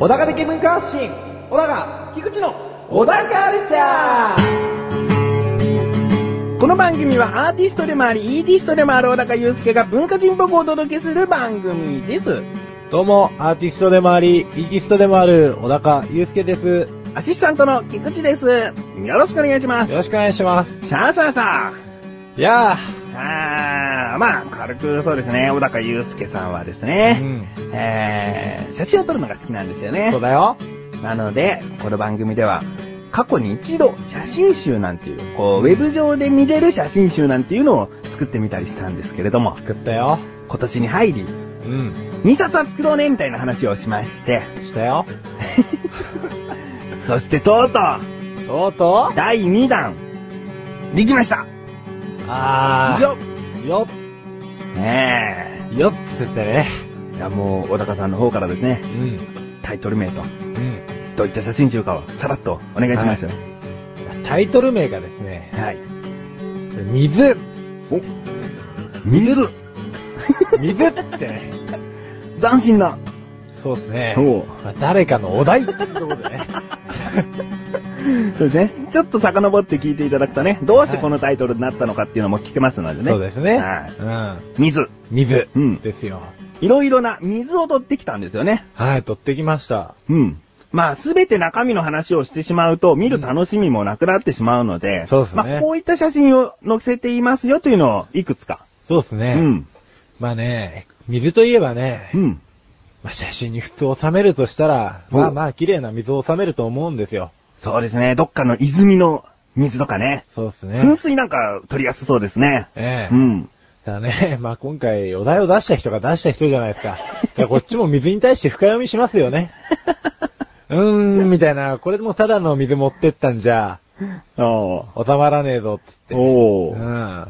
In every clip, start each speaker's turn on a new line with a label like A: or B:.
A: 小高的文化発信小高菊池の小高カルチャー
B: この番組はアーティストでもあり、イーティストでもある小高祐介が文化人っぽくお届けする番組です。
C: どうも、アーティストでもあり、イーティストでもある、小高祐介です。よ
B: アシスタントの菊池です。よろしくお願いします。
C: ろしくお願いします。
B: さあさあさ
C: いや
B: あ。あー、まあ、軽くそうですね、小高祐介さんはです
C: ー、
B: ね、えー、写真を撮るのが好きなんですよね
C: そう。だよ。
B: なので、この番組では、過去に一度写真集なんていう、こう、ウェブ上で見れる写真集なんていうのを作ってみたりしたんですけれども、
C: 作ったよ。
B: 今年に入り、
C: うん。
B: 2冊は作ろうね、みたいな話をしま して、
C: したよ。
B: そしてとうとう、
C: とうとう
B: 第2弾、できました
C: あー。
B: よ
C: っ。よ
B: ね
C: っ。よっつってね。
B: え。いや、もう、小高さんの方からですね
C: う、ん。
B: タイトル名と、
C: うん。
B: どういった写真集かを、さらっとお願いします。は。
C: はいタイトル名がですね、水。
B: お、水
C: 水ってね。
B: 斬新な。
C: そうですね。
B: おう
C: まあ誰かのお題っていうところでね。
B: そうですね。ちょっと遡って聞いていただくとね、どうしてこのタイトルになったのかっていうのも聞けますのでね。
C: そうですね。
B: はい。
C: うん。
B: 水。
C: 水。
B: うん
C: ですよ。
B: いろいろな水を取ってきたんですよね。
C: はい、取ってきました。
B: うん。まあ、すべて中身の話をしてしまうと、見る楽しみもなくなってしまうので、
C: そうですね
B: まあ、こういった写真を載せていますよというのを、いくつか。
C: そうですね。
B: うん。
C: まあね、水といえばね、
B: うん。
C: まあ、写真に普通収めるとしたら、
B: お
C: まあまあ綺麗な水を収めると思うんですよ。
B: そうですね。どっかの泉の水とかね。
C: そうですね
B: 噴。水なんか取りやすそうですね。
C: ええ
B: うん。
C: だね、 まあ今回お題を出した人が出した人じゃな いですか。だからこっちも水に対して深読みしますよね。うーん、みたいな、これもただの水持ってったんじゃ、
B: おー。
C: 収まらねえぞ、つって。
B: お
C: う
B: ー。
C: ん。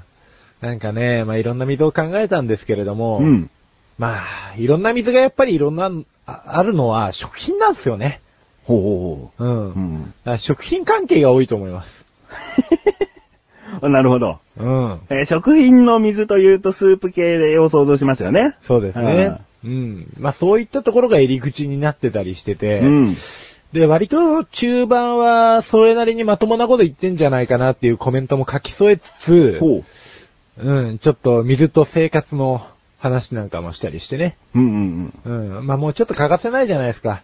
C: なんかね、まあいろんな水を考えたんですけれども、
B: うん。
C: まあ、いろんな水がやっぱりいろんな、ああるのは食品なんですよね。
B: ほうほう
C: うん。
B: ほう。うん。
C: だから食品関係が多いと思います。
B: あ なるほど。
C: うん。
B: えー食品の水というとスープ系を想像しますよね。
C: そうですね。うん。まあそういったところが入り口になってたりしてて、
B: うん。
C: で、割と中盤はそれなりにまともなこと言ってんじゃないかなっていうコメントも書き添えつつ、
B: ほう。
C: うん、ちょっと水と生活の話なんかもしたりしてね。
B: うんうん
C: うん。まあもうちょっと欠かせないじゃないですか。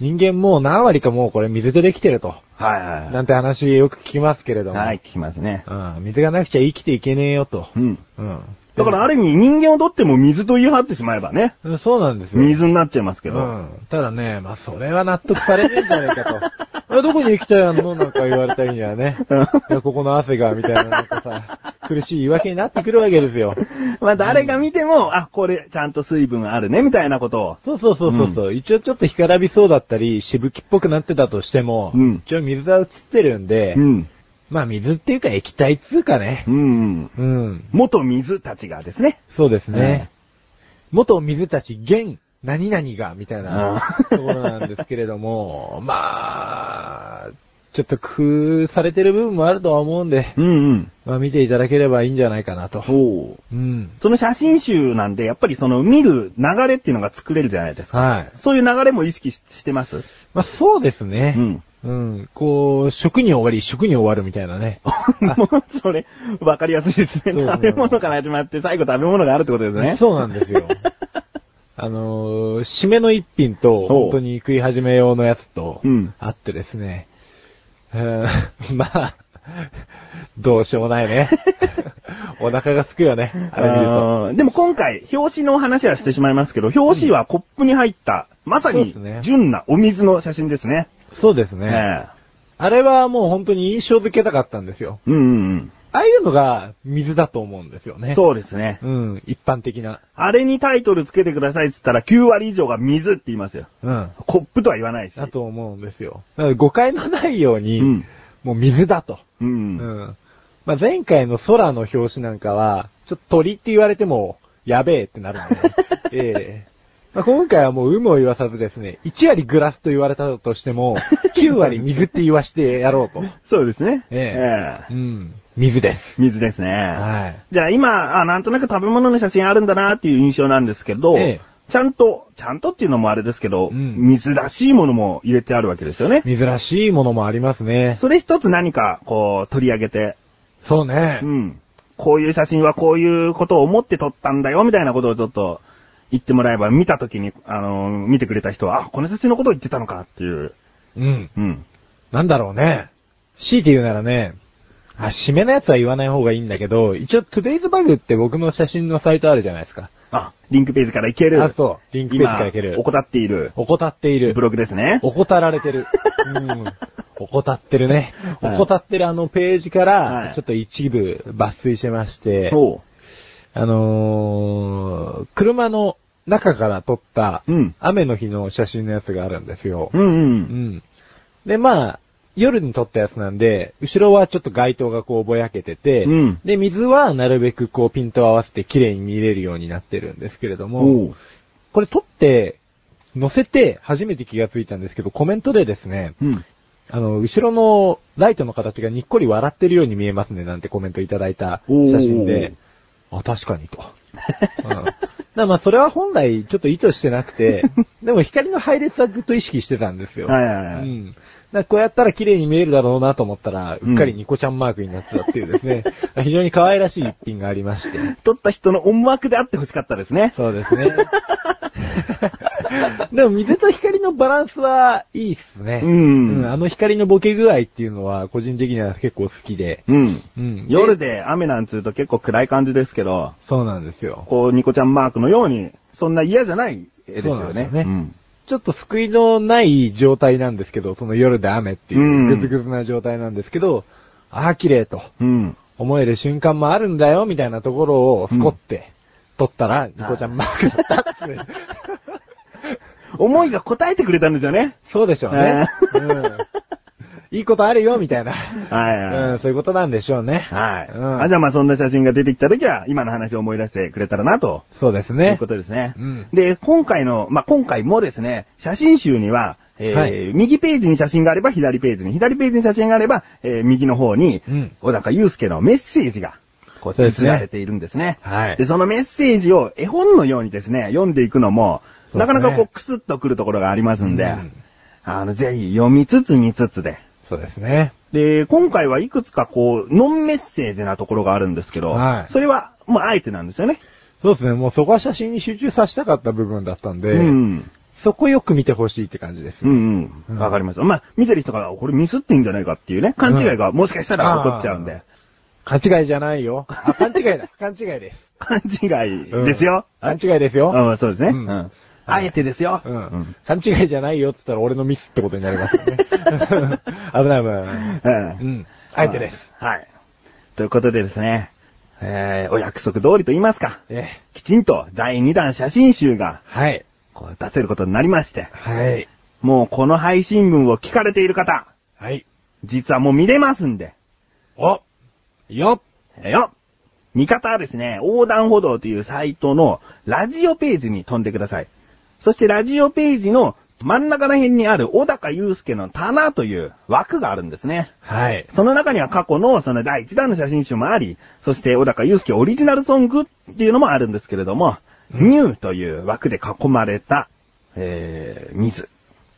C: 人間もう何割かもうこれ水でできてると。
B: うん。はいは
C: なんて話よく聞きますけれ
B: い。
C: ども。
B: はい、聞きますね。
C: うん。水がなくちゃ生きていけねえよと。
B: うん。
C: うん。
B: だからある意味人間を取っても水と言い張ってしまえばね、
C: うん、そうなんですよ。
B: 水になっちゃいますけ
C: う
B: ど。
C: ん。ただね、まあ、それは納得されねえんじゃねえか と。えどこに行きたいのなんか言われたりにはね。いや、ここの汗が、みたいな、なんかさ、苦しい言い訳になってくるわけですよ。
B: まあ誰が見ても、あ、これちゃんと水分あるね、みたいなことを。
C: そうそうそうそうそう、一応ちょっと干からびそうだったり、しぶきっぽくなってたとしても、
B: うん
C: 一応水は映ってるんで、
B: うん。
C: まあ、水っていうか液体っつうかね
B: う。ん。
C: うん。
B: 元水たちがですね。
C: そうですね。元水たち、現、何々が、みたいな
B: う
C: ところなんですけれども、 まあ、ちょっと工夫されてる部分もあるとは思うんで、
B: うんうん。
C: まあ見ていただければいいんじゃないかなと。
B: ほう。
C: うん。
B: その写真集なんで、やっぱりその見る流れっていうのが作れるじゃないですか。
C: はい。
B: そういう流れも意識ししてます
C: まあそうですね。
B: うん。
C: うん。こう、食に終わり、食に終わるみたいなね。
B: もう、それ、わかりやすいですね。
C: そうそう
B: 食べ物から始まって、最後食べ物があるってことですね。
C: そうなんですよ。 あのー締めの一品
B: ほ
C: と、
B: う
C: 本当に食い始め用のやつと
B: うん、
C: あってですね。うーん まあ、どうしようもない ね。お腹がすくよね。あれ見ると。
B: あーでも今回、表紙の話はしてしまいますけど、表紙はコップに入った、まさ
C: そうで
B: に
C: すね、
B: 純なお水の写真ですね。
C: そうです
B: え
C: ね。
B: え
C: あれはもう本当に印象付けたかったんですよ。
B: うんうん
C: ああいうのが水だと思うんですよ
B: うん。
C: ね。
B: そうですね。
C: う。うん、一般的な。
B: あれにタイトルつけてくださいって言ったら、9割以上が水って言いますよ。
C: うん。
B: コップとは言わないし。
C: だと思うんですよ。なので誤解のないように、
B: うん
C: もう水だと。
B: う。
C: うんん。まあ、前回の空の 表紙なんかは、ちょっと鳥って言われても、やべえってなるんで、ええまあ今回はもう有無を言わさずですね、1割グラスと言われたとしても、9割水って言わしてやろうと。
B: そうですね。
C: ええ。うん。水です。
B: 水ですね。
C: はい。
B: じゃあ今、あ、なんとなく食べ物の写真あるんだなっていう印象なんですけど、
C: ええ
B: ちゃんと、ちゃんとっていうのもあれですけど、
C: うん
B: 水らしいものも入れてあるわけですよね。
C: 珍しいものもありますね。
B: それ一つ何か、こう、取り上げて、
C: そうね
B: う。ん。こういう写真はこういうことを思って撮ったんだよ、みたいなことをちょっと言ってもらえば、見た時に、あの、見てくれた人は、あ、この写真のことを言ってたのかっていう。
C: うん。
B: うん。
C: なんだろうね。強いて言うならね、あ、締めのやつは言わない方がいいんだけど、一応 Today's Bug って僕の写真のサイトあるじゃないですか。
B: あ、リンクページからいける。
C: あ、そう。リンクページからいける
B: 今、。怠っている。
C: 怠っている
B: ブ。ログですね。
C: 怠られてる。うん。怠ってるね。
B: はい
C: 怠ってるあのページか
B: は
C: ら、
B: い
C: ちょっと一部抜粋してまして、
B: おう。
C: あのー、車の中から撮った
B: うん
C: 雨の日の写真のやつがあるんですよ。
B: うんう。
C: うんん。で、まあ、夜に撮ったやつなんで、後ろはちょっと街灯がこうぼやけてて、
B: うん
C: で、水はなるべくこうピントを合わせて綺麗に見れるようになってるんですけれども、
B: おう。
C: これ撮って、載せて初めて気がついたんですけど、コメントでですね、
B: うん。
C: あの、後ろのライトの形がにっこり笑ってるように見えますねなんてコメントいただいた写真で、あ、確かにと。うん、だからまあそれは本来ちょっと意図してなくて、 でも光の配列はずっと意識してたんですよ。
B: はいはいは
C: う
B: い。
C: ん。だからこうやったら綺麗に見えるだろうなと思ったら、うっかりニコちゃんマークになってたっていうで すね、非常に可愛らしい一品がありまして。
B: 撮った人の思惑であってほしかったですね。
C: そうですね。 でも水と光のバランスはいいっすね。
B: うん
C: あの光のボケ具合っていうのは個人的には結構好きで。
B: うん。
C: うん
B: 夜
C: で
B: で雨なんつうと結構暗い感じですけど、
C: そうなんですよ。
B: こう、ニコちゃんマークのように、そんな嫌じゃない絵ですよね。
C: そうなんですよね
B: ん
C: ちょっと救いのない状態なんですけど、その夜で雨って
B: うん
C: いう、ぐずぐずな状態なんですけど、ああ、綺麗と
B: うん。
C: 思える瞬間もあるんだよ、みたいなところをスコって、撮ったら、ニコちゃんマークだったっ つう
B: 思いが応えてくれたんですよね。
C: そうでしょう ね。
B: え
C: うん。いいことあるよ、みたいな。
B: はいはい。
C: うん、そういうことなんでしょうね。
B: はい、
C: うん
B: あ。じゃあまあそんな写真が出てきた時は、今の話を思い出してくれたらな、と
C: そうです
B: い
C: ね
B: うこ。とですね。
C: うん
B: で、今回の、まあ今回もですね、写真集には、えー
C: はい
B: 右ページに写真があれば左ページに、左ページに写真があれば、えー右の方に、
C: うん
B: 小高祐介のメッセージが、こう、
C: そうです
B: 綴
C: ね
B: られているんですね。
C: はい
B: で、。そのメッセージを絵本のようにですね、読んでいくのも、
C: そう
B: な
C: です
B: か
C: ね
B: なかこう、クスッとくるところがありますんで、
C: うん
B: あの、ぜひ読みつつ見つつで。
C: そうですね。
B: で、今回はいくつかこう、ノンメッセージなところがあるんですけど、
C: はい
B: それは、もうあえてなんですよね。
C: そうですね。もうそこは写真に集中させたかった部分だったんで、
B: うん。
C: そこよく見てほしいって感じです
B: う
C: ね。
B: んう。
C: うんん
B: わかります。まあ、見てる人が、これミスってんじゃないかっていうね、勘違いがもしかしたら起こっちゃうん
C: あー
B: で、
C: 勘違いじゃないよ。あ、勘違いだ。 勘違いです。
B: 勘違いですよ。
C: 勘違いですよ。
B: あそうですね。う
C: うん
B: ん。あえてですよ。
C: うん。勘違いじゃないよって言ったら俺のミスってことになりますよ ね。危ない危ない。
B: うん
C: う。ん。あえてです。
B: はい。ということでですね、えー、お約束通りと言いますか、
C: ええ。
B: きちんと第2弾写真集が
C: はい。
B: こう出せることになりまして、
C: はい。
B: もうこの配信分を聞かれている方、
C: はい。
B: 実はもう見れますんで、
C: およ
B: えよ見方はですね、横断歩道というサイトのラジオページに飛んでください。そしてラジオページの真ん中ら辺にある小高祐介の棚という枠があるんですね。
C: はい。
B: その中には過去のその第1弾の写真集もあり、そして小高祐介オリジナルソングっていうのもあるんですけれども、
C: うん
B: ニューという枠で囲まれた、えー、水。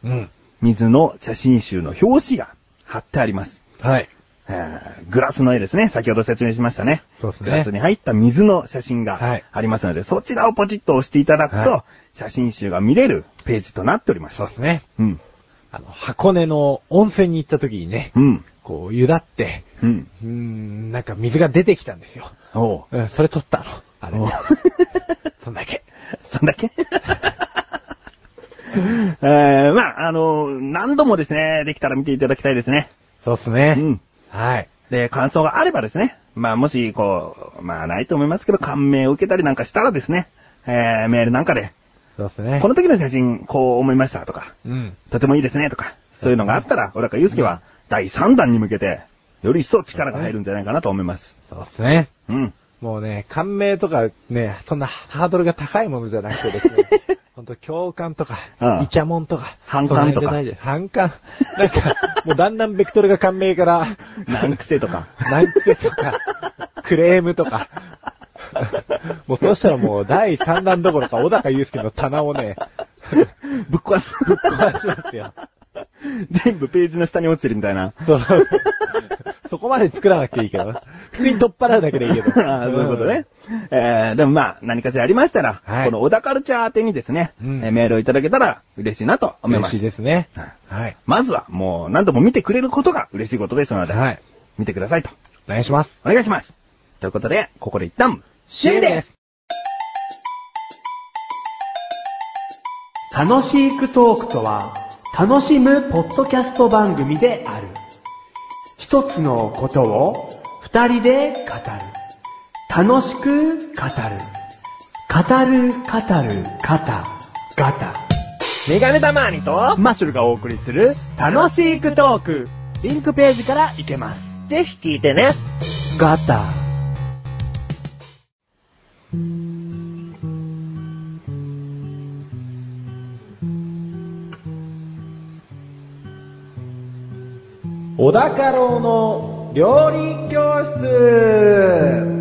C: うん。
B: 水の写真集の表紙が貼ってあります。
C: はい。
B: えーグラスの絵ですね。先ほど説明しましたね。
C: そうですね
B: グラスに入った水の写真が
C: はい
B: ありますので、そちらをポチッと押していただくと、
C: は
B: 写真集が見れるページとなっております。
C: そうですね。
B: うん。
C: あの、箱根の温泉に行った時にね、
B: うん。
C: こう、湯だって、
B: うん。
C: うーん、なんか水が出てきたんですよ。
B: おう。
C: うん、それ撮ったの。あれ
B: おう
C: そんだけ。
B: そんだけ えー、まあ、あの何度もですね、できたら見ていただきたいですね。
C: そうっすね。
B: うん。
C: はい。
B: で、感想があればですね、まあ、もし、こう、まあ、ないと思いますけど、感銘を受けたりなんかしたらですね、えー、メールなんかで、
C: そうっすね。
B: この時の写真、こう思いましたとか、
C: うん。
B: とてもいいですねとか、そういうのがあったら、小高祐介は第3弾に向けて、より一層力が入るんじゃないかなと思います。
C: そうっすね。
B: うん。
C: もうね、感銘とかね、そんなハードルが高いものじゃなくてですね、ほんと、共感とか、
B: うん
C: イチャモンとか、
B: 反感とか
C: その辺で大丈夫反感。なんか、もうだんだんベクトルが感銘から、
B: 難癖と か。
C: なんてとか、クレームとか。もうそうしたらもう第3弾どころか小高祐介の棚をね、
B: ぶっ壊す。
C: 壊しますよ。
B: 全部ページの下に落ちてるみたいな。
C: そうそこまで作らなくていいけどな。普通に取っ払うだけでいいけど。
B: ああそういうことね。えー、でもまあ、何かしらありましたら、
C: はい
B: この小田カルチャー宛てにですね、
C: うん
B: えーメールをいただけたら嬉しいなと
C: うん。
B: 思います。
C: 嬉しいですね。
B: はい
C: はい。
B: まずは、もう何度も見てくれることが嬉しいことですので、
C: はい。
B: 見てくださいと。
C: お願いします。
B: お願いします。ということで、ここで一旦、終了です。
D: 楽しいクトークとは、楽しむポッドキャスト番組である。一つのことを二人で語る。楽しく語る。語る、語る、語、ガタ。
A: メガネたまにと、
D: マッシュルがお送りする、楽しいクトーク。リンクページから行けます。
A: ぜひ聞いてね。
D: ガタ。
A: 小田家老の料理教室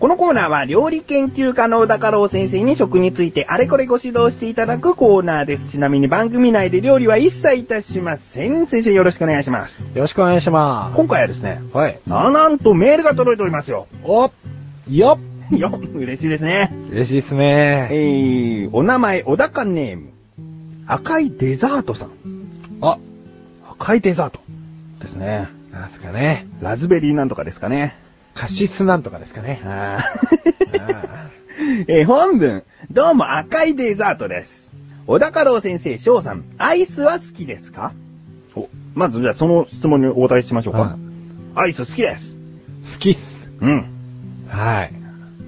B: このコーナーは料理研究家の小田家老先生に食についてあれこれご指導していただくコーナーです。ちなみに番組内で料理は一切いたしません。先生よろしくお願いします。
C: よろしくお願いしま
B: 今回はですね、
C: す。はい。
B: ななんとメールが届いておりますよ。
C: およっ
B: よ、嬉しいですね。
C: 嬉しいですね。
B: えー、お名前、小高ネーム。赤いデザートさん。
C: あ、
B: 赤いデザート。ですね。
C: なんすかね。
B: ラズベリーなんとかですかね。
C: カシスなんとかですかね。
B: あ
C: あ
B: ー えー、本文。どうも赤いデザートです。小高郎先生、翔さん、アイスは好きですかお、まずじゃあその質問にお答えしましょうか。
C: はい
B: アイス好きです。
C: 好きっす。
B: うん。
C: はい。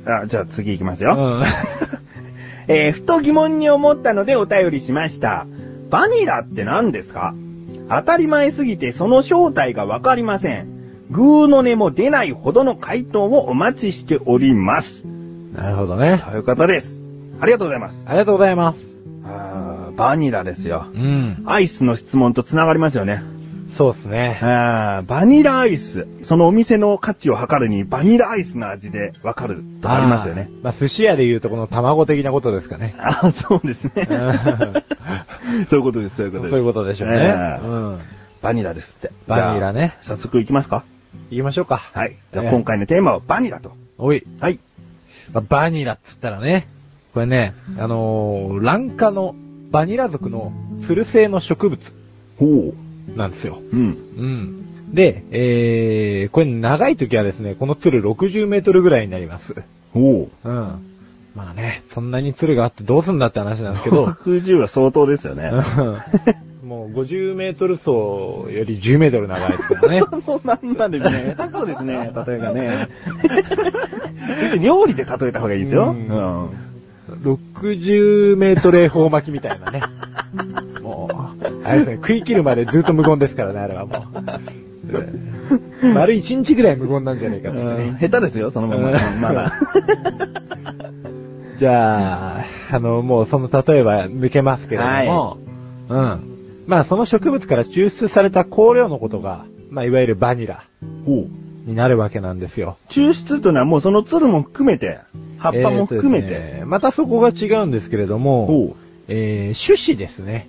B: あじゃあ次行きます
C: う
B: よ。
C: ん。
B: えーふと疑問に思ったのでお便りしました。バニラって何ですか当たり前すぎてその正体がわかりません。グーの音も出ないほどの回答をお待ちしております。
C: なるほどね。
B: ということです。ありがとうございます。
C: ありがとうございます。
B: あーバニラですよ
C: う。ん。
B: アイスの質問と繋がりますよね。
C: そうですね。
B: あーバニラアイス。そのお店の価値を測るにバニラアイスの味でわかるとありますよね。
C: あー。まあ、寿司屋で言うとこの卵的なことですかね。
B: あーそうですね。 そういうことです、そういうこと
C: そ
B: で
C: う
B: す。
C: いうことでしょうね。
B: えー
C: うん。
B: バニラですって。
C: バニラね
B: じゃあ。早速いきますか。
C: 行きましょうか。
B: はい。じゃ
C: え
B: あ
C: え
B: 今回のテーマはバニラと。
C: おい。
B: はい。
C: まあバニラっつったらね、これね、あのー、蘭花の、バニラ属のつる性の植物
B: ほう。
C: なんですよ。
B: うん。
C: うん。で、えー、これ長い時はですね、このつる60メートルぐらいになります。
B: ほ う。
C: うん。まあね、そんなにつるがあってどうすんだって話なんで すけど、
B: 60は相当ですよね。
C: うんもう50メートル走より10メートル長いですからね。
B: そのまんまですね。下手そうですね。例えがね。先生 料理で例えた方がいいですよ。
C: う
B: うんん。
C: 60メートル砲巻きみたいなね。もう、あれですね、食い切るまでずっと無言ですからね、あれはもう。丸一日ぐらい無言なんじゃないかっつって
B: うん
C: ね。
B: 下手ですよ、そのまんま。
C: うん
B: ま だ。
C: じゃあ、あの、もうその例えば抜けますけれども、うん。まあその植物から抽出された香料のことが、まあいわゆるバニラ
B: ほう。
C: になるわけなんですよ。
B: 抽出というのはもうその鶴も含めて、葉っぱも含め
C: えーとで
B: て。
C: すねまたそこが違うんですけれども、
B: ほう。
C: えー、種子ですね。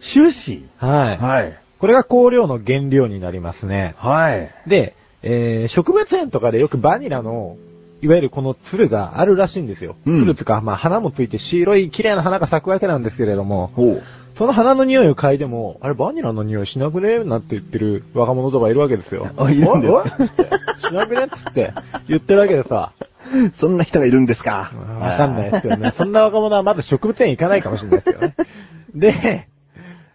B: 種子。
C: はい。
B: はい。
C: これが香料の原料になりますね。
B: はい。
C: で、えー、植物園とかでよくバニラの、いわゆるこのつるがあるらしいんですよ。
B: うん
C: つるつか、まあ花もついて白い綺麗な花が咲くわけなんですけれども、
B: ほう。
C: その花の匂いを嗅いでも、あれバニラの匂いしなくねなんて言ってる若者とかいるわけですよ。
B: あいるんですか
C: おいおいつってしなくねっつって言ってるわけでさ、
B: そんな人がいるんですか。
C: わかんないですよね。そんな若者はまだ植物園行かないかもしれないですよ ね。で、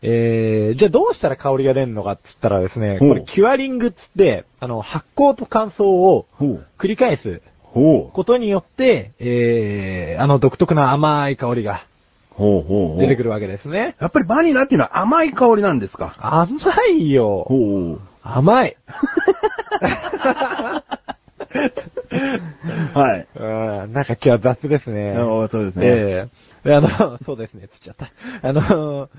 C: えー、じゃあどうしたら香りが出るのかって言ったらですね、こ
B: ほ
C: れ
B: う
C: キュアリングっつって、あの、発酵と乾燥を
B: ほう。
C: 繰り返す
B: ほう。
C: ことによって、えー、あの独特な甘い香りが
B: ほうほうほ
C: 出てくるわけですね。
B: やっぱりバニラっていうのは甘い香りなんですか
C: 甘いよ。
B: ほう。
C: 甘い。
B: はい。
C: うん、なんか今日は雑ですね。
B: あそうですね。
C: ええであの、 そうですね、つっちゃった。あの、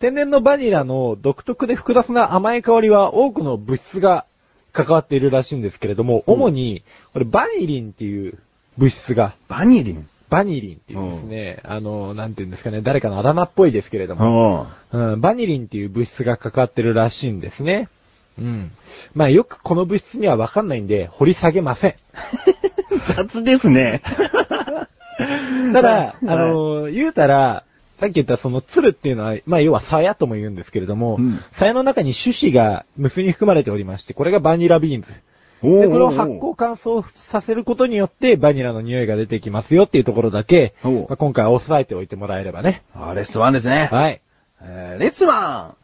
C: 天然のバニラの独特で複雑な甘い香りは多くの物質が関わっているらしいんですけれども、主に、これバニリンっていう物質が、
B: バニリン。
C: バニリンっていうですね、あの、なんていうんですかね、誰かのあだ名っぽいですけれども、
B: お
C: うん、バニリンっていう物質が関わってるらしいんですね。うん。まあよくこの物質にはわかんないんで、掘り下げません。
B: 雑ですね。
C: ただ、あのー言うたら、さっき言ったその鶴っていうのは、まあ要は鞘とも言うんですけれども、
B: うん
C: 鞘の中に種子が無数に含まれておりまして、これがバニラビーンズ。
B: お
C: で、これを発酵乾燥させることによってバニラの匂いが出てきますよっていうところだけ、
B: おう
C: まあ今回は押さえておいてもらえれば ね。
B: あ、レストワンですね。
C: はい。
B: えーレストワン。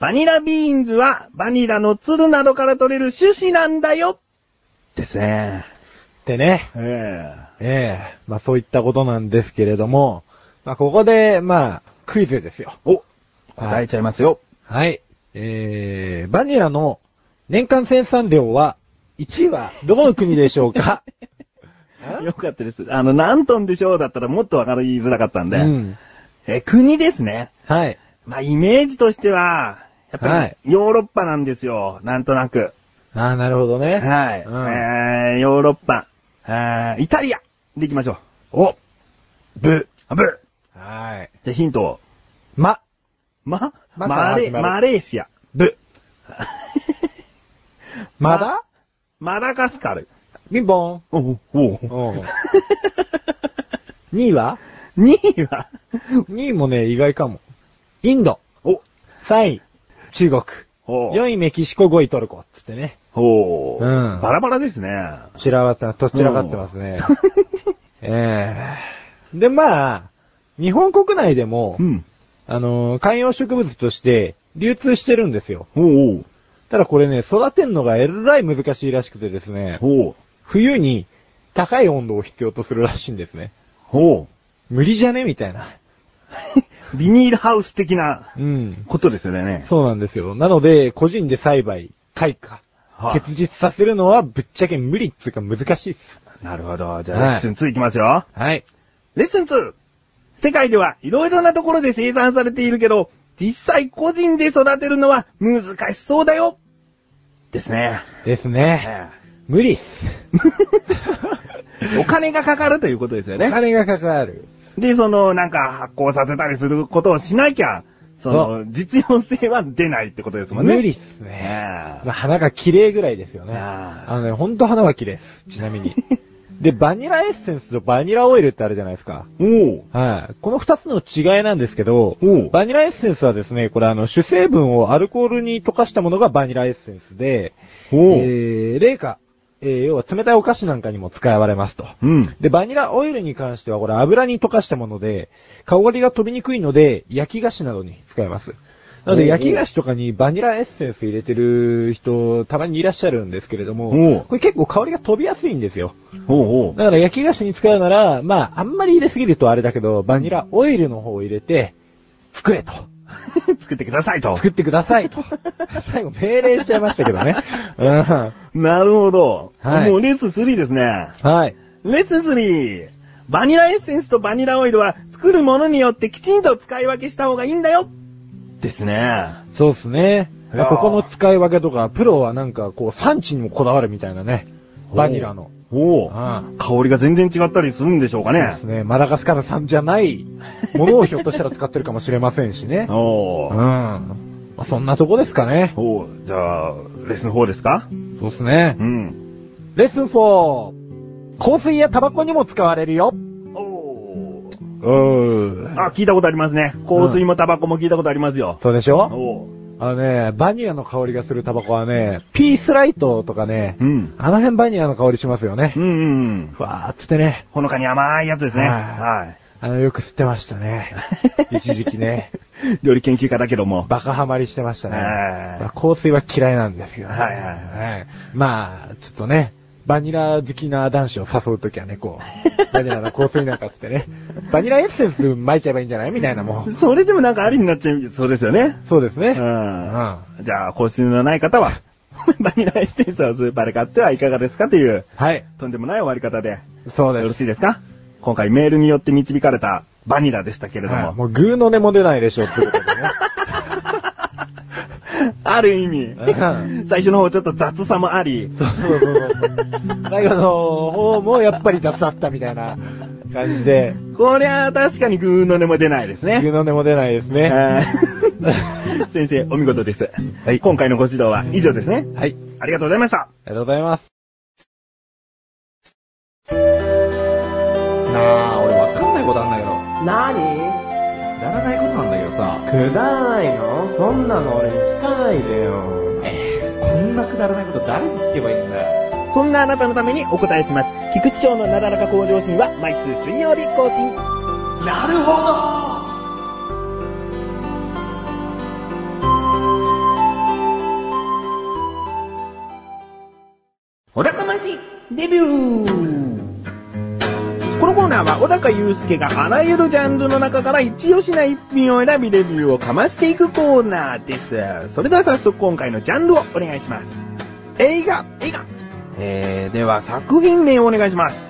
B: バニラビーンズはバニラの鶴などから取れる種子なんだよ。ですね。
C: でね、
B: ええ
C: ええまあそういったことなんですけれども、まあここで、まあ、クイズですよ。
B: お、答えちゃいますよ。
C: はい。えー、バニラの年間生産量は、1位はどこの国でしょうか
B: よかったです。あの、何トンでしょうだったらもっとわかりづらかったん
C: う
B: で。
C: ん。
B: えー、国ですね。
C: はい。
B: まあ、イメージとしては、やっぱり、
C: はい
B: ヨーロッパなんですよ。なんとなく。
C: ああ、なるほどね。
B: はい。
C: うん
B: えー、ヨーロッパ。えー、イタリアで行きましょう。
C: お
B: ブー。ブー。
C: はい。
B: じゃあヒントを。
C: ま、
B: ま、
C: まから
B: マレ、
C: 始まる
B: マレーシア。ブ。
C: まだ
B: マダガスカル。
C: ピンポン。
B: おお お
C: うん。2位は
B: 2位は、
C: ?2 位もね、意外かも。インド。
B: お、
C: 3位、中国。
B: お
C: 4位メキシコ、5位トルコ。つってね。
B: お
C: うん
B: バラバラですね。
C: こちらがった、どちらかってますね。 ええで、まあ、日本国内でも、
B: うん。
C: あのー観葉植物として流通してるんですよ。
B: おお
C: ただこれね、育てんのがえらい難しいらしくてですね、
B: お
C: 冬に高い温度を必要とするらしいんですね。
B: お
C: 無理じゃねみたいな。
B: ビニールハウス的な
C: うん。
B: ことですよね。
C: そうなんですよ。なので、個人で栽培、開花、
B: はい
C: 結実させるのはぶっちゃけ無理っつうか難しいっす。
B: なるほど。じゃあ、
C: はい
B: レッスン2いきますよ。
C: はい。
B: レッスン 2! 世界ではいろいろなところで生産されているけど、実際個人で育てるのは難しそうだよですね。
C: ですね。
B: え
C: 無理っす。
B: え お金がかかるということですよ
C: お
B: ね。
C: 金がかかる。
B: で、その、なんか発行させたりすることをしなきゃ、そ
C: そ
B: の、実用性は出ないってことですもんね。
C: 無理っす
B: え
C: ね。
B: え。
C: まあ、花が綺麗ぐらいですよね。
B: あ
C: あ
B: ー
C: のね、ほんと花は綺麗です。ちな みに。で、バニラエッセンスとバニラオイルってあるじゃないですか。
B: おう
C: はい。この二つの違いなんですけど
B: おう、
C: バニラエッセンスはですね、これあの、主成分をアルコールに溶かしたものがバニラエッセンスで、
B: お
C: え
B: う
C: ー、冷夏、えー、要は冷たいお菓子なんかにも使われますと。
B: うん。
C: で、バニラオイルに関しては、これ油に溶かしたもので、香りが飛びにくいので、焼き菓子などに使えます。
B: おうお
C: なの
B: う
C: で、焼き菓子とかにバニラエッセンス入れてる人、たまにいらっしゃるんですけれど
B: おう
C: も、これ結構香りが飛びやすいんですよ。
B: お うおう
C: だから焼き菓子に使うなら、まあ、あんまり入れすぎるとあれだけど、バニラオイルの方を入れて、作れと。
B: 作ってくださいと。
C: 作ってください と。最後命令しちゃいましたけどね。うん。
B: なるほど。
C: はい
B: もうレッスン3ですね。
C: はい。
B: レッスン 3! バニラエッセンスとバニラオイルは作るものによってきちんと使い分けした方がいいんだよですね。
C: そうですね。
B: いやー
C: ここの使い分けとか、プロはなんかこう、産地にもこだわるみたいなね。バニラの。
B: おお
C: あ
B: 香りが全然違ったりするんでしょうか
C: あ
B: ね
C: です。ね。マダガスカル産じゃないものをひょっとしたら使ってるかもしれませんしね。
B: お
C: うん。
B: ー
C: まあ、そんなとこですかね。
B: おーじゃあ、レッスン4ですか
C: そうですね。
B: うん。
C: レッスン 4! 香水やタバコにも使われるよ。
B: おー
C: うん。
B: あ、聞いたことありますね。香水もタバコも聞いたことありますよ。
C: そうでしょ
B: お
C: あのね、バニラの香りがするタバコはね、ピースライトとかね
B: う、ん。
C: あの辺バニラの香りしますよね
B: うん。うんうん。
C: ふわーっつってね、
B: ほのかに甘いやつですね。
C: はい
B: は。
C: あの、よく吸ってましたね 一時期ね。
B: い。料理研究家だけども。
C: バカハマりしてましたね。
B: はい
C: 香水は嫌いなんですよ、ね。
B: はいはい
C: はいまあ、ちょっとね、バニラ好きな男子を誘うときはね、こう、バニラの香水なんかつってね、バニラエッセンス巻いちゃえばいいんじゃないみたいなもん。
B: それでもなんかありになっちゃいそうですよね。
C: そうですね。
B: うん
C: うん。
B: じゃあ、香水のない方は、 バニラエッセンスをスーパーで買ってはいかがですかという、
C: はい。
B: とんでもない終わり方で、
C: そう
B: よ
C: で
B: ろ
C: す。
B: しいですか今回メールによって導かれたバニラでしたけれど
C: はい、
B: も、
C: もうグーの音も出ないでしょってこ とでね。
B: ある意味、
C: う
B: 最初の方ちょっと雑さもあり、
C: そうそうそうそう。最後の方もやっぱり出さったみたいな感じで、
B: こりゃ確かにグーの音も出ないです
C: グ
B: ね。
C: ーの音も出ないですね。
B: あー 先生、お見事です。今回のご指導は以上ですね。
C: はい。
B: ありがとうございました。
C: ありがとうございます。
A: なあ、俺わかんないことあんだけど。
D: な
A: くだらないことなんだけどさ。
D: くだらないのそんなの俺聞かないでよ。
A: こんなくだらないこと誰に聞けばいいんだよ。
B: そんなあなたのためにお答えします。菊池賞のなだらか向上心は毎週水曜日更新。
A: なるほど
B: 小高ましデビューこのコーナーは小高祐介があらゆるジャンルの中から一押しな一品を選びレビューをかましていくコーナーです。それでは早速今回のジャンルをお願いします。映画、映画。えー、では作品名をお願いします。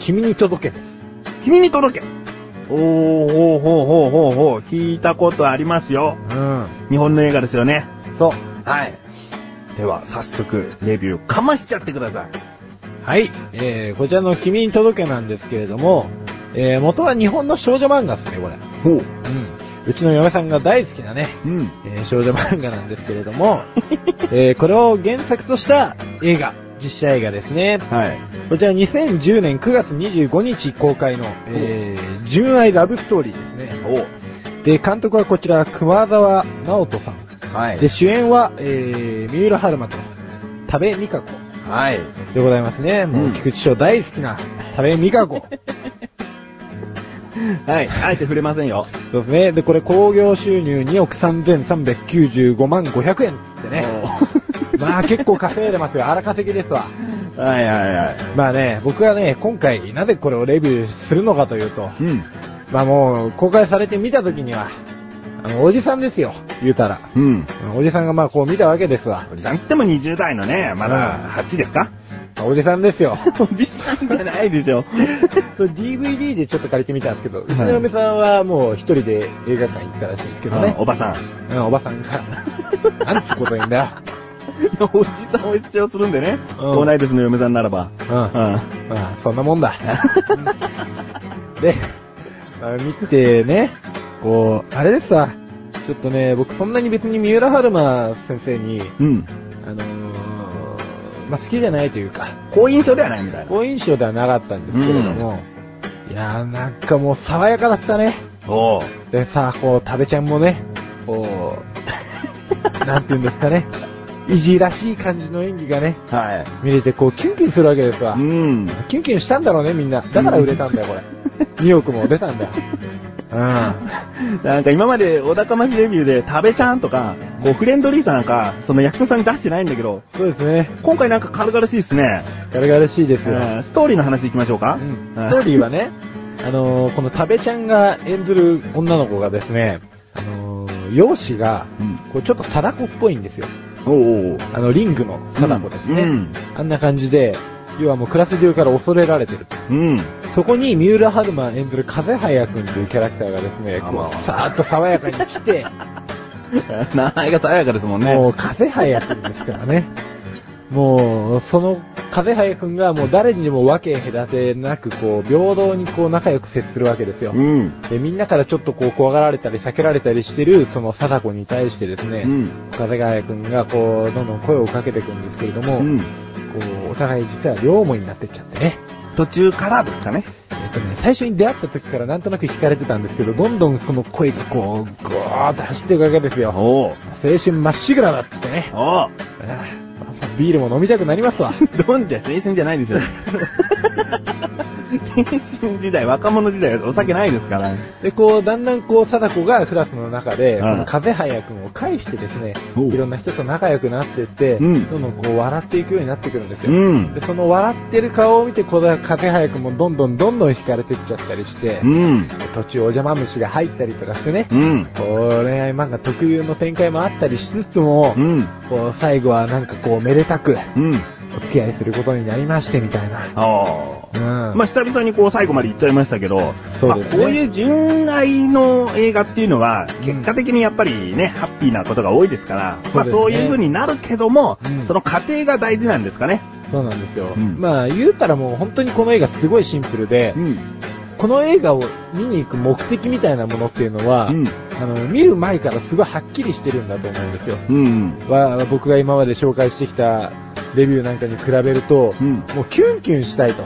C: 君に届けです。
B: 君に届け。おー、ほうほうほうほうほう、聞いたことありますよ。
C: うん。
B: 日本の映画ですよね。
C: そう。
B: はい。では早速レビューかましちゃってください。
C: はい。えー、こちらの君に届けなんですけれども、えー、元は日本の少女漫画ですね、これ。
B: ほう。
C: うん。うちの嫁さんが大好きなね、
B: うん。
C: えー少女漫画なんですけれど も、えーこれを原作とした映画、実写映画ですね。
B: はい。
C: こちら2010年9月25日公開の、えー、純愛ラブストーリーですね。
B: お
C: で、監督はこちら、熊沢直人さん。
B: は
C: で、主演は、えー、三浦春馬と、多部美香子
B: はい。
C: でございますね。も
B: う
C: う、
B: ん
C: 菊池賞大好きな、多部美香子。
B: はい。あえて触れませんよ。
C: そうですね。で、これ、興行収入2億3395万500円っつってね。まあ結構稼いでますよ。荒稼ぎですわ。
B: はいはいは
C: まあね、僕はね、今回なぜこれをレビューするのかというと、
B: い。うん。
C: まあもう公開されて見た時には、あの、おじさんですよ、言うたら。
B: うん。
C: おじさんがまあこう見たわけですわ
B: お。じさんっても20代のね、ま
C: う
B: だ
C: ん
B: 8ですか
C: おじさんですよ。
B: おじさんじゃないでしょ。
C: そう DVD でちょっと借りてみたんですけど、うちの嫁さんはもう一人で映画館行ったらしいんですけどね。
B: おばさん。
C: うんおばさん が、なんつうこと言うんだよ。
B: おじさんを一生するんでね。
C: うん
B: 同い年の嫁さんならば。
C: うん。まあ、そんなもん だ。で、まあ見てね、こう、あれですわ。ちょっとね、僕そんなに別に三浦春馬先生に、
B: うん。うん。
C: あのーまあ好きじゃないというか、
B: 好印象ではないみたいな。
C: 好印象ではなかったんですけれども、いやーなんかもう爽やかだったね。
B: おう。
C: でさ、こう、食べちゃんもね、こ う、なんて言うんですかね、いじらしい感じの演技がね、
B: は
C: 見れてこう、キュンキュンするわけですわ。
B: い。うん。
C: キュンキュンしたんだろうね、みんな。だから売れたんだよ、これ。2億も出た んだよ。う
B: なんか今まで小高町デビューで食べちゃんとか、こうフレンドリーさなんか、その役者さんに出してないんだけど、
C: ん。そうですね。
B: 今回なんか軽々しいですね。
C: 軽々しいですよ。
B: うんストーリーの話いきましょうか。
C: うんストーリーはね、あのーこの食べちゃんが演ずる女の子がですね、あのー容姿が、
B: うん
C: こうちょっと貞子っぽいんですよ。
B: おうおう
C: あの、リングの貞子ですね。
B: うんうん
C: あんな感じで、要はもうクラス中から恐れられてる。
B: うん。
C: そこに、三浦春馬演ずる風早くんというキャラクターがですね、
B: あ
C: こ
B: まあ
C: う、さーっと爽やかに来て、
B: 名前が爽やかですもん ね。
C: もう、風早くんですからね。もう、その、風早くんがもう誰にも分け隔てなく、こう、平等にこう仲良く接するわけですよ。
B: ん。
C: で、みんなからちょっとこう、怖がられたり避けられたりしてる、その貞子に対してですね、
B: うん。
C: 風早くんがこう、どんどん声をかけていくんですけれども、
B: うん
C: こう、お互い実は両思いになってっちゃってね。
B: 途中からですかね。
C: えっとね、最初に出会った時からなんとなく惹かれてたんですけど、どんどんその声がこう、ぐーっと走っていくわけですよ。
B: おう
C: 青春まっしぐらだっつってね。
B: おう
C: ああビールも飲みたくなりますわ。
B: どんじゃ青春じゃないですよ。 青春時代、若者時代はお酒ないですから。
C: で、こう、だんだんこう、貞子がクラスの中で、
B: うん
C: この風早くんを介してですね、
B: おう
C: いろんな人と仲良くなってって、
B: うん
C: どんどんこう、笑っていくようになってくるんですよ。
B: ん
C: で、。その笑ってる顔を見て、この風早くんもどんどんどんどん惹かれてっちゃったりして、
B: うん。
C: 途中お邪魔虫が入ったりとかしてね、
B: うん。
C: これ愛漫画特有の展開もあったりしつつも、
B: うん。
C: こう最後はなんかこう、めでたく、
B: うん。
C: お付き合いすることになりまして、みたいな。
B: あ
C: う
B: あ。
C: ん。
B: まあ、久々にこう最後まで行っちゃいましたけど、
C: そう
B: まあ、
C: です
B: こ
C: ね
B: ういう純愛の映画っていうのは、結果的にやっぱりね、ハッピーなことが多いですから、まあ
C: そうですね
B: そういう風になるけども、
C: うん
B: その過程が大事なんですかね。
C: そうなんですよ。
B: うん
C: まあ、言うたらもう本当にこの映画すごいシンプルで、
B: ん。
C: この映画を見に行く目的みたいなものっていうのは、
B: うん。
C: あの、見る前からすごいはっきりしてるんだと思うんですよ。
B: うん。
C: わ僕が今まで紹介してきたレビューなんかに比べると、
B: うん。
C: もうキュンキュンし たいと。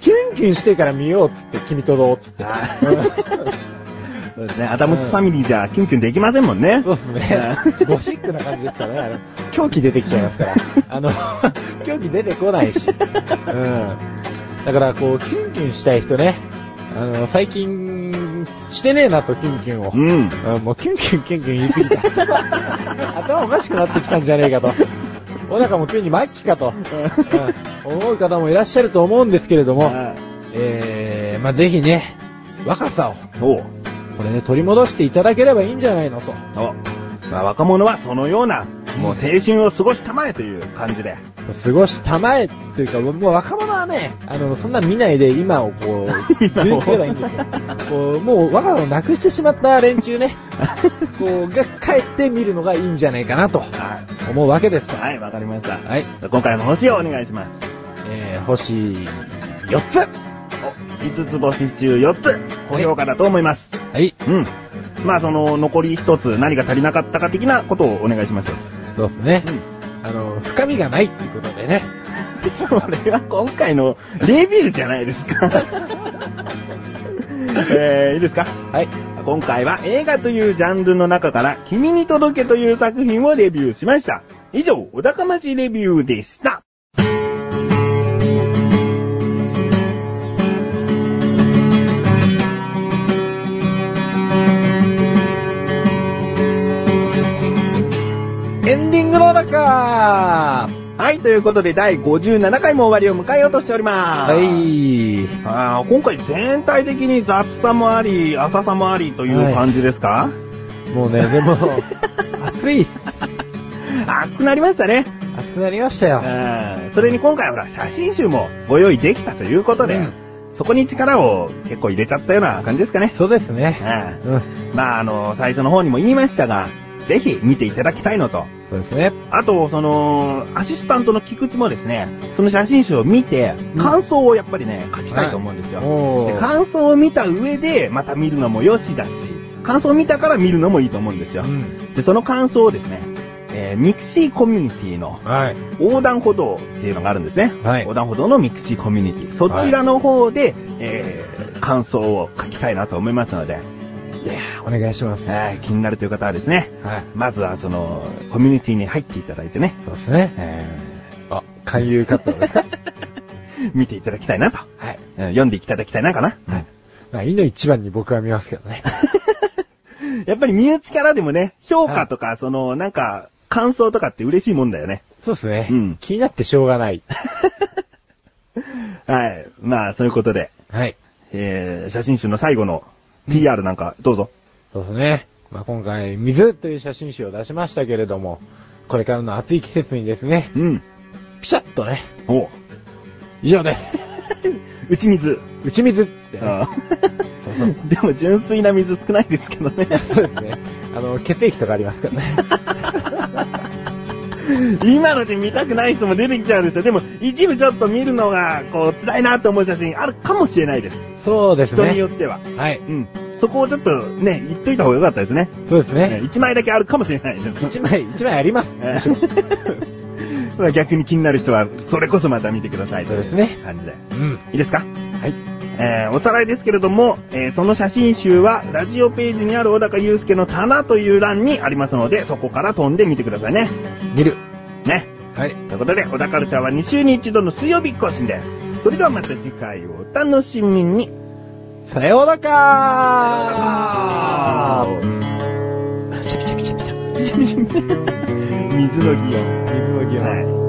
C: キュンキュンしてから見ようっつって、君とどうっつって。
B: あーそうですね。アダムスファミリーじゃキュンキュンできませんもんね。
C: そうですね。ゴシックな感じですからね。あの、狂気出てきちゃいますから。あの、狂気出てこないし。うん。だから、こう、キュンキュンしたい人ね。あの、最近、してねえなと、キュンキュンを。
B: うん。
C: あもうキュンキュンキュンキュン言いすぎた。頭おかしくなってきたんじゃねえかと。お腹も急に末期かと、うん思う方もいらっしゃると思うんですけれども、えー、まあぜひね、若さを、
B: おう
C: これね、取り戻していただければいいんじゃないのと。
B: お、まあ、若者はそのような、もう青春を過ごしたまえという感じで。
C: 過ごしたまえというか、もう若者はね、あの、そんな見ないで今をこう、
B: 今を
C: 充実すればいいんですよ。こう、もう若さをなくしてしまった連中 ね、こう、が帰って見るのがいいんじゃないかなと
B: は
C: 思うわけです
B: い。。はい、わかりました。
C: はい。
B: 今回の星をお願いします。
C: えー、星4つ
B: お、5つ星中4つ、高評価だと思います。
C: はい。
B: うん。まあ、その、残り1つ何が足りなかったか的なことをお願いしますよ。
C: そうですね。
B: うん。
C: あの、深みがないっていうことでね。
B: それは今回のレビューじゃないですか。 えー、いいですか
C: はい。
B: 今回は映画というジャンルの中から君に届けという作品をレビューしました。以上、お高ましレビューでした。
C: エンディングの中
B: はい、ということで第57回も終わりを迎えようとしております。
C: はい。
B: あー。今回全体的に雑さもあり、浅さもありという感じですか、
C: もうね、でも、暑いっす。
B: 熱くなりましたね。
C: 暑くなりましたよ。
B: うんそれに今回はほら写真集もご用意できたということで、
C: うん
B: そこに力を結構入れちゃったような感じですか ね。
C: そうです
B: う
C: ね。
B: ん
C: うん。
B: まあ、あの、最初の方にも言いましたが、ぜひ見ていただきたいのと。
C: そうですね。
B: あと、その、アシスタントの菊池もですね、その写真集を見て、
C: うん
B: 感想をやっぱりね、書きたいと思うんですよ。
C: お
B: で
C: ー。
B: 感想を見た上で、また見るのもよしだし、感想を見たから見るのもいいと思うんですよ
C: う。ん。
B: で、その感想をですね、えーミクシーコミュニティの
C: はい。
B: 横断歩道っていうのがあるんですね。
C: はい
B: 横断歩道のミクシーコミュニティ。そちらの方で、えー感想を書きたいなと思いますので、
C: いやーお願いします。は
B: はい、気になるという方はですね、
C: い。
B: まずはその、コミュニティに入っていただいてね、
C: そうですね。
B: え
C: あ、勧誘活動ですか
B: ー 見ていただきたいなと。
C: はい。
B: えー読んでいただきたいなかな。
C: はい。まあ、いの一番に僕は見ますけどね。
B: やっぱり身内からでもね、評価とか、その、なんか、感想とかって嬉しいもんだよね。
C: そうですね。
B: うん
C: 気になってしょうがない。
B: はい。まあ、そういうことで、
C: はい。
B: えー写真集の最後の PR なんか、どうぞ。
C: そうですね。まあ、今回、水という写真集を出しましたけれども、これからの暑い季節にですね、
B: うん。
C: ピシャッとね、
B: おう。
C: 以上 です。
B: 打ち水。
C: 打ち水っつってね。
B: ああ でも純粋な水少ないですけど ね。
C: そうですね。あの、血液とかありますから ね。
B: 今ので見たくない人も出てきちゃうんですよ。でも、一部ちょっと見るのが、こう、辛いなと思う写真あるかもしれないです。
C: そうです
B: 人に
C: ね
B: よ。っては。
C: はい。
B: うん。そこをちょっとね、言っといた方が良かったですね。
C: そうです
B: ね
C: ね。
B: 一枚だけあるかもしれないです。
C: 一枚、一枚あります。
B: えー まあ逆に気になる人は、それこそまた見てくださいとい
C: そうですね
B: 感じで。
C: うん。
B: いいですか
C: はい。
B: えーおさらいですけれども、えーその写真集は、ラジオページにある小高祐介の棚という欄にありますので、そこから飛んでみてくださいね。
C: 見る。
B: ね。
C: はい。
B: ということで、小高カルチャーは2週に1度の水曜日更新です。それではまた次回をお楽しみに。
C: さようだか
B: あ
C: ー
B: ー水の擬音。
C: 水の
B: はい